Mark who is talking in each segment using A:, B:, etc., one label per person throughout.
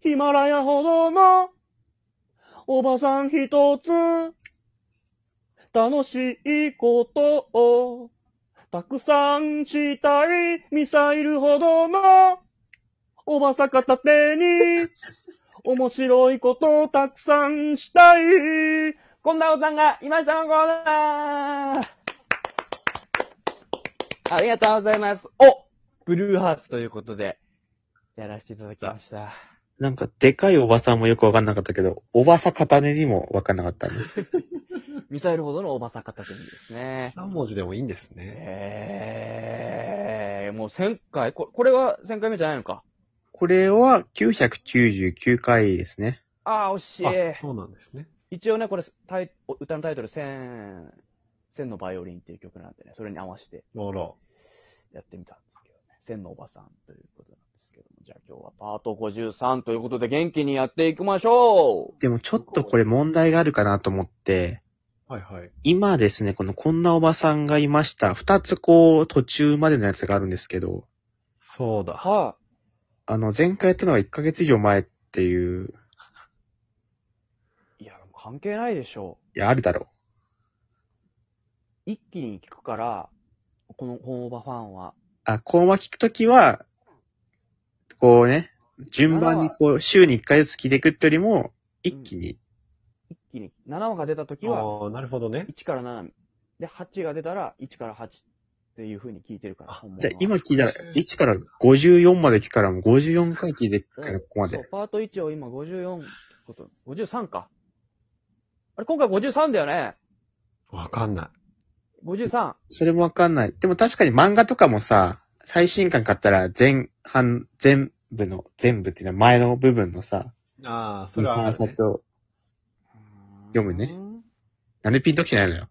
A: ヒマラヤほどの、おばさん一つ、楽しいことを、たくさんしたい、ミサイルほどの、おばさ片手に、面白いことをたくさんしたい。こんなおさんがいましたのコーナーありがとうございます。おブルーハーツということで、やらせていただきました。
B: なんか、でかいおばさんもよくわかんなかったけど、おばさ片根にもわかんなかったね。
A: ミサイルほどのおばさ片手にですね。
C: 3文字でもいいんですね。
A: えー、もう1000回ここれは1000回目じゃないのか。
B: これは999回ですね。
A: ああ、惜しい。
C: あ、そうなんですね。
A: 一応ね、これタイ、歌のタイトル、千、千のバイオリンっていう曲なんでね、それに合わせて
C: あら。
A: やってみたんですけどね。千のおばさんということなんですけども。じゃあ今日はパート53ということで元気にやっていきましょう
B: でもちょっとこれ問題があるかなと思って、
C: はいはい。
B: 今ですね、このこんなおばさんがいました。二つこう、途中までのやつがあるんですけど、
C: そうだ。
A: は
B: あの、前回やったのが1ヶ月以上前っていう、
A: い。いや、関係ないでしょ
B: いや、あるだろ
A: う。一気に聞くから、この、このオバファンは。
B: う。あ、こうま聞くときは、こうね、順番にこう、週に1回ずつ聞いていくってよりも、一気に、
A: 一気に、7話が出た時は、
C: ああ、なるほどね。
A: 1から7。で、8が出たら、1から8っていう風に聞いてるから。
C: あ
A: 本物は
B: じゃあ今聞いたら、1から54まで聞くからもう54回聞いていくから、ここま
A: そう
B: で。、
A: パート1を今54聞くこと、53か。あれ、今回53だよね
C: わかんない。
A: ?53。
B: それもわかんない。でも確かに漫画とかもさ、最新刊買ったら前半、全部の、全部っていうのは前の部分のさ、
C: ああ、
B: そ
C: それ
B: の
C: はあ
B: 話
C: るね。
B: と、読むね
A: うーん。
B: なんでピンときてないのよ。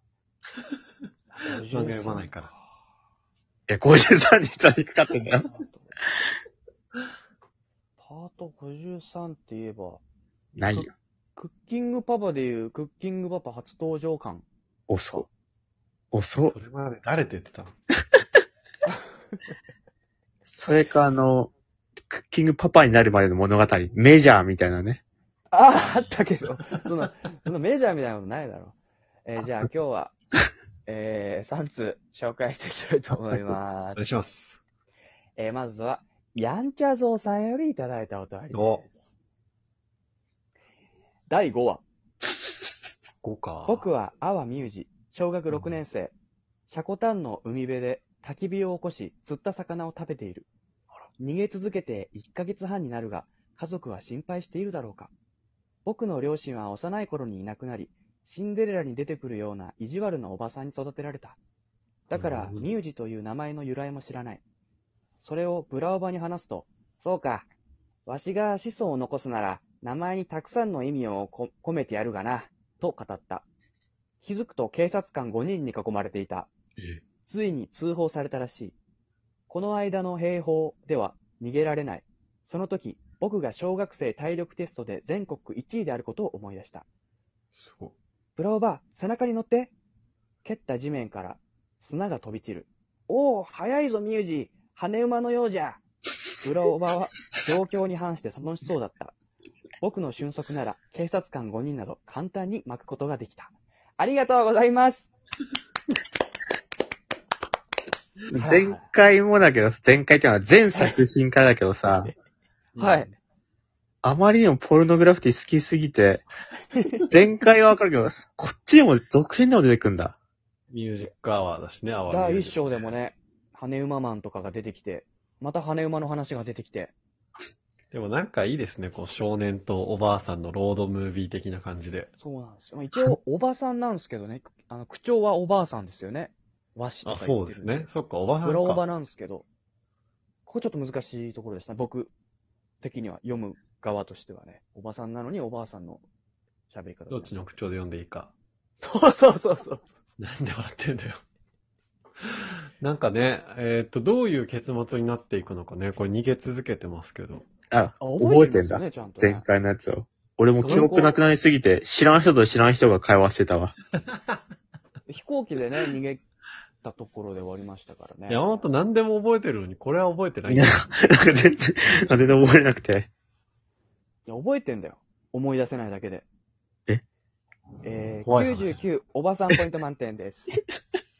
A: 53
C: 漫画読まないから。
B: いや、53にさ、低かったんだよ。
A: パート53って言えば、
B: ないよ。
A: クッキングパパでいうクッキングパパ初登場感。
B: 遅。遅
C: そ。れまで誰って言ってたの
B: それかあの、クッキングパパになるまでの物語、メジャーみたいなね。
A: ああ、あったけど、その、そのメジャーみたいなことないだろ。えーじゃあ今日は、えー、3つ紹介していきたいと思います
C: お。願いします。
A: えーまずは、やんちゃぞうさんよりいただいたお便り
C: お
A: です。第5話、
C: 5か。
A: 僕は阿波美宇治、小学6年生。シャコタンの海辺で焚き火を起こし、釣った魚を食べている。逃げ続けて1ヶ月半になるが、家族は心配しているだろうか。僕の両親は幼い頃にいなくなり、シンデレラに出てくるような意地悪なおばさんに育てられた。だから、
C: うん
A: ミュージという名前の由来も知らない。それをブラオバに話すと、そうか、わしが子孫を残すなら、名前にたくさんの意味をこ込めてやるがな、と語った。気づくと警察官5人に囲まれていた。
C: え
A: ついに通報されたらしい。この間の兵法では逃げられない。その時、僕が小学生体力テストで全国1位であることを思い出した。
C: すごい。
A: ブラオバー、背中に乗って。蹴った地面から砂が飛び散る。おお、早いぞ、ミュージー。羽馬のようじゃ。ブラオバーは状況に反して楽しそうだった。僕の俊足なら警察官5人など簡単に巻くことができた。ありがとうございます。はい
B: 前回もだけど、前回ってのは全作品からだけどさ、
A: はい。
B: あまりにもポルノグラフィティ好きすぎて、前回はわかるけど、こっちにも続編でも出てくんだ。
C: ミュージックアワーだしね、アワー。
A: 第1章でも。ね、羽馬マンとかが出てきて、また羽馬の話が出てきて、
C: でもなんかいいですね、こう少年とおばあさんのロードムービー的な感じで。
A: そうなんですよ。まあ、一応、おばさんなんですけどね、あの、口調はおばあさんですよね。和紙
C: あ、
A: とか言
C: そ
A: っ
C: う
A: て
C: で
A: る
C: す
A: んで
C: ね。そっか、おばあさん
A: ブラ
C: か。
A: オバなんですけど、ここちょっと難しいところでしたね。僕的には、読む側としてはね。おばさんなのにおばあさんの喋り方。
C: どっちの口調で読んでいいか。
A: そうそうそうそう。
C: なんで笑ってんだよ。なんかね、えっ、と、どういう結末になっていくのかね、これ逃げ続けてますけど。
B: あ、
A: あ
B: 覚えてん
A: ますよ
B: だ。
A: ね、ちゃんと、
B: 前
A: ね。
B: 回のやつを。俺も記憶なくなりすぎて、知らん人と知らん人が会話してたわ。
A: 飛行機でね、逃げたところで終わりましたからね。
C: 山本何でも覚えてるのに、これは覚えてない
B: いや、なんか全然、全然覚えなくて。
A: いや覚えてんだよ。思い出せないだけで。
B: え
A: えー、
C: 怖い話
A: 99、おばさんポイント満点 です。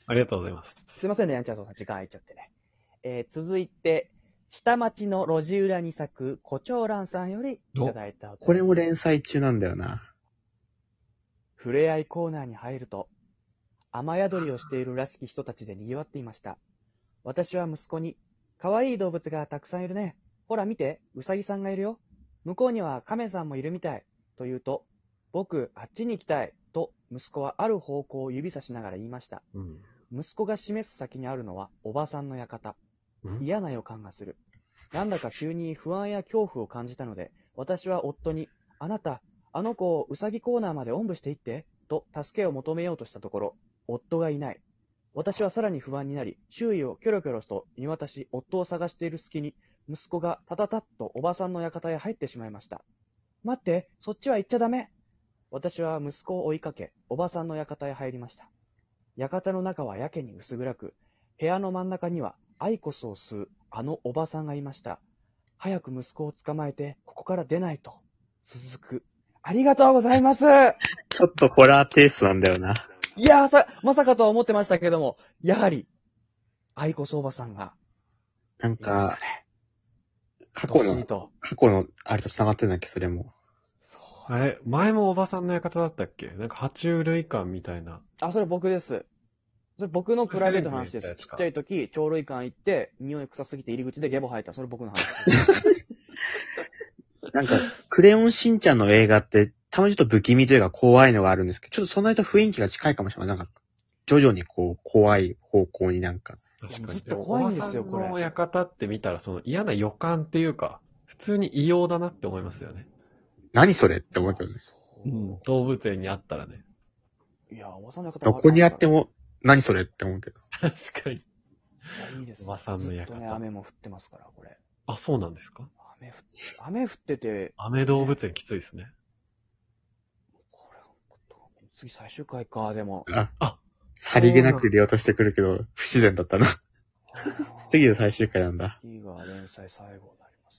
C: ありがとうございます。
A: すいませんね、やんちゃんさん、時間空いちゃってね。えー、続いて、下町の路地裏に咲く、胡蝶蘭さんよりいただいたお便り
B: これも連載中なんだよな。
A: 触れ合いコーナーに入ると、雨宿りをしているらしき人たちで賑わっていました。私は息子に、可愛い動物がたくさんいるね。ほら見て、うさぎさんがいるよ。向こうには亀さんもいるみたい。と言うと、僕、あっちに行きたい。と、息子はある方向を指さしながら言いました。
C: うん。
A: 息子が示す先にあるのは、おばさんの館。
C: うん
A: 嫌な予感がする。なんだか急に不安や恐怖を感じたので、私は夫に、あなた、あの子をうさぎコーナーまでおんぶしていって、と助けを求めようとしたところ、夫がいない。私はさらに不安になり、周囲をキョロキョロと見渡し、夫を探している隙に、息子がタタタッとおばさんの館へ入ってしまいました。待って、そっちは行っちゃダメ私は息子を追いかけ、おばさんの館へ入りました。館の中はやけに薄暗く、部屋の真ん中にはアイコスを吸うあのおばさんがいました。早く息子を捕まえて、ここから出ないと。続く。ありがとうございます
B: ちょっとホラーテイストなんだよな。
A: いやーさ、まさかとは思ってましたけども、やはり、アイコスおばさんが
B: なん
A: いました
B: か、
A: ね。
B: 過
A: どっ
B: 去
A: しり
B: の、
A: と。
B: 過去の、あれと繋がってんだっけ、それも。
A: そう。
C: あれ、前もおばさんの館だったっけなんか、爬虫類館みたいな。
A: あ、それ僕です。それ僕のプライベートの話です。ちっちゃい時、鳥類館行って、匂い臭すぎて入り口でゲボ吐いた。それ僕の話です。
B: なんか、クレヨンしんちゃんの映画って、たまにちょっと不気味というか怖いのがあるんですけど、ちょっとそんなにと雰囲気が近いかもしれない。なんか、徐々にこう、怖い方向になんか。
C: 確
A: いやも
C: か
A: う
C: に。
A: ずっと怖いんですよ
C: おばさ
A: これ
C: の館って見たら、その嫌な予感っていうか、普通に異様だなって思いますよね。
B: 何それって思うけどね。
A: そう
C: うん。動物園にあったらね。
A: いやー、おばさんの方
B: どこにあっても、何それって思うけど。
C: 確かに。
A: いやいいです。
C: おばさんの
A: ず
C: 館
A: っとね、雨も降ってますから、これ。
C: あ、そうなんですか
A: 雨降っ雨降ってて、
C: アメ動物園きついですね。
A: これ、次最終回か、でも。
B: あ、
C: あ
B: さりげなく入れようとしてくるけど、不自然だったな。 次が最終回なんだ。
A: 次が連載最後になりま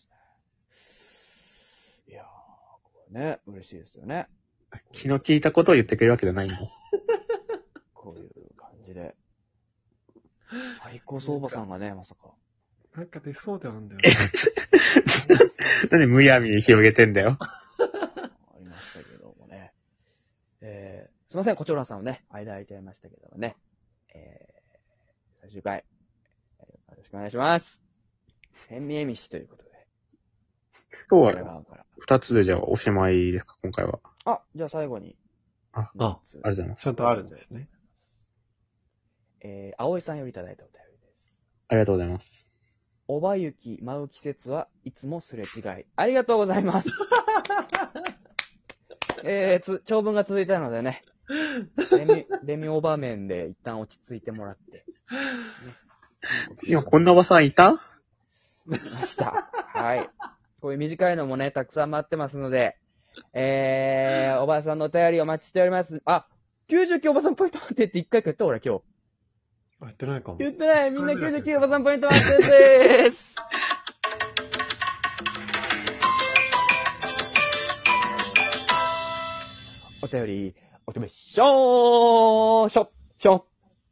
A: すね。いやー、これね、嬉しいですよね。
B: 気の利いたことを言ってくれるわけじゃないんだ。
A: こういう感じで。アイコスおばさんがね、まさか。
C: なんか出そうではあるん だよ
B: なんでむやみに広げてんだよ。
A: ありましたけどもね。えー、すいません、コチョランさんもね、間空いちゃいましたけどもね。えー、最終回、えーよろしくお願いします。変見えみしということで、
B: 今
A: こ
B: 日
A: れ
B: は
A: 側から。
B: 二つでじゃあおしまいですか、今回は。
A: あ、じゃあ最後に。
B: あ
A: もう一つ
B: ありがとうございます。
C: ちゃんとあるんですね。
A: えー、葵さんよりいただいたお便りです。
B: ありがとうございます。
A: おばゆき舞う季節はいつもすれ違い。ありがとうございます。 えー、つ、長文が続いたので ね、レミ、レミオーバーメンで一旦落ち着いてもらって。ね
B: 今こんなおばさんいた
A: 来ました。はい。こういう短いのもね、たくさん待ってますので、えー、おばあさんのお便りお待ちしております。あ、99おばさんポイント待ってって一回か言った俺今日。
C: あ、やってないかも。
A: 言ってないみんな99おばさんポイント待ってでーすお便り、おとめしょーしょしょ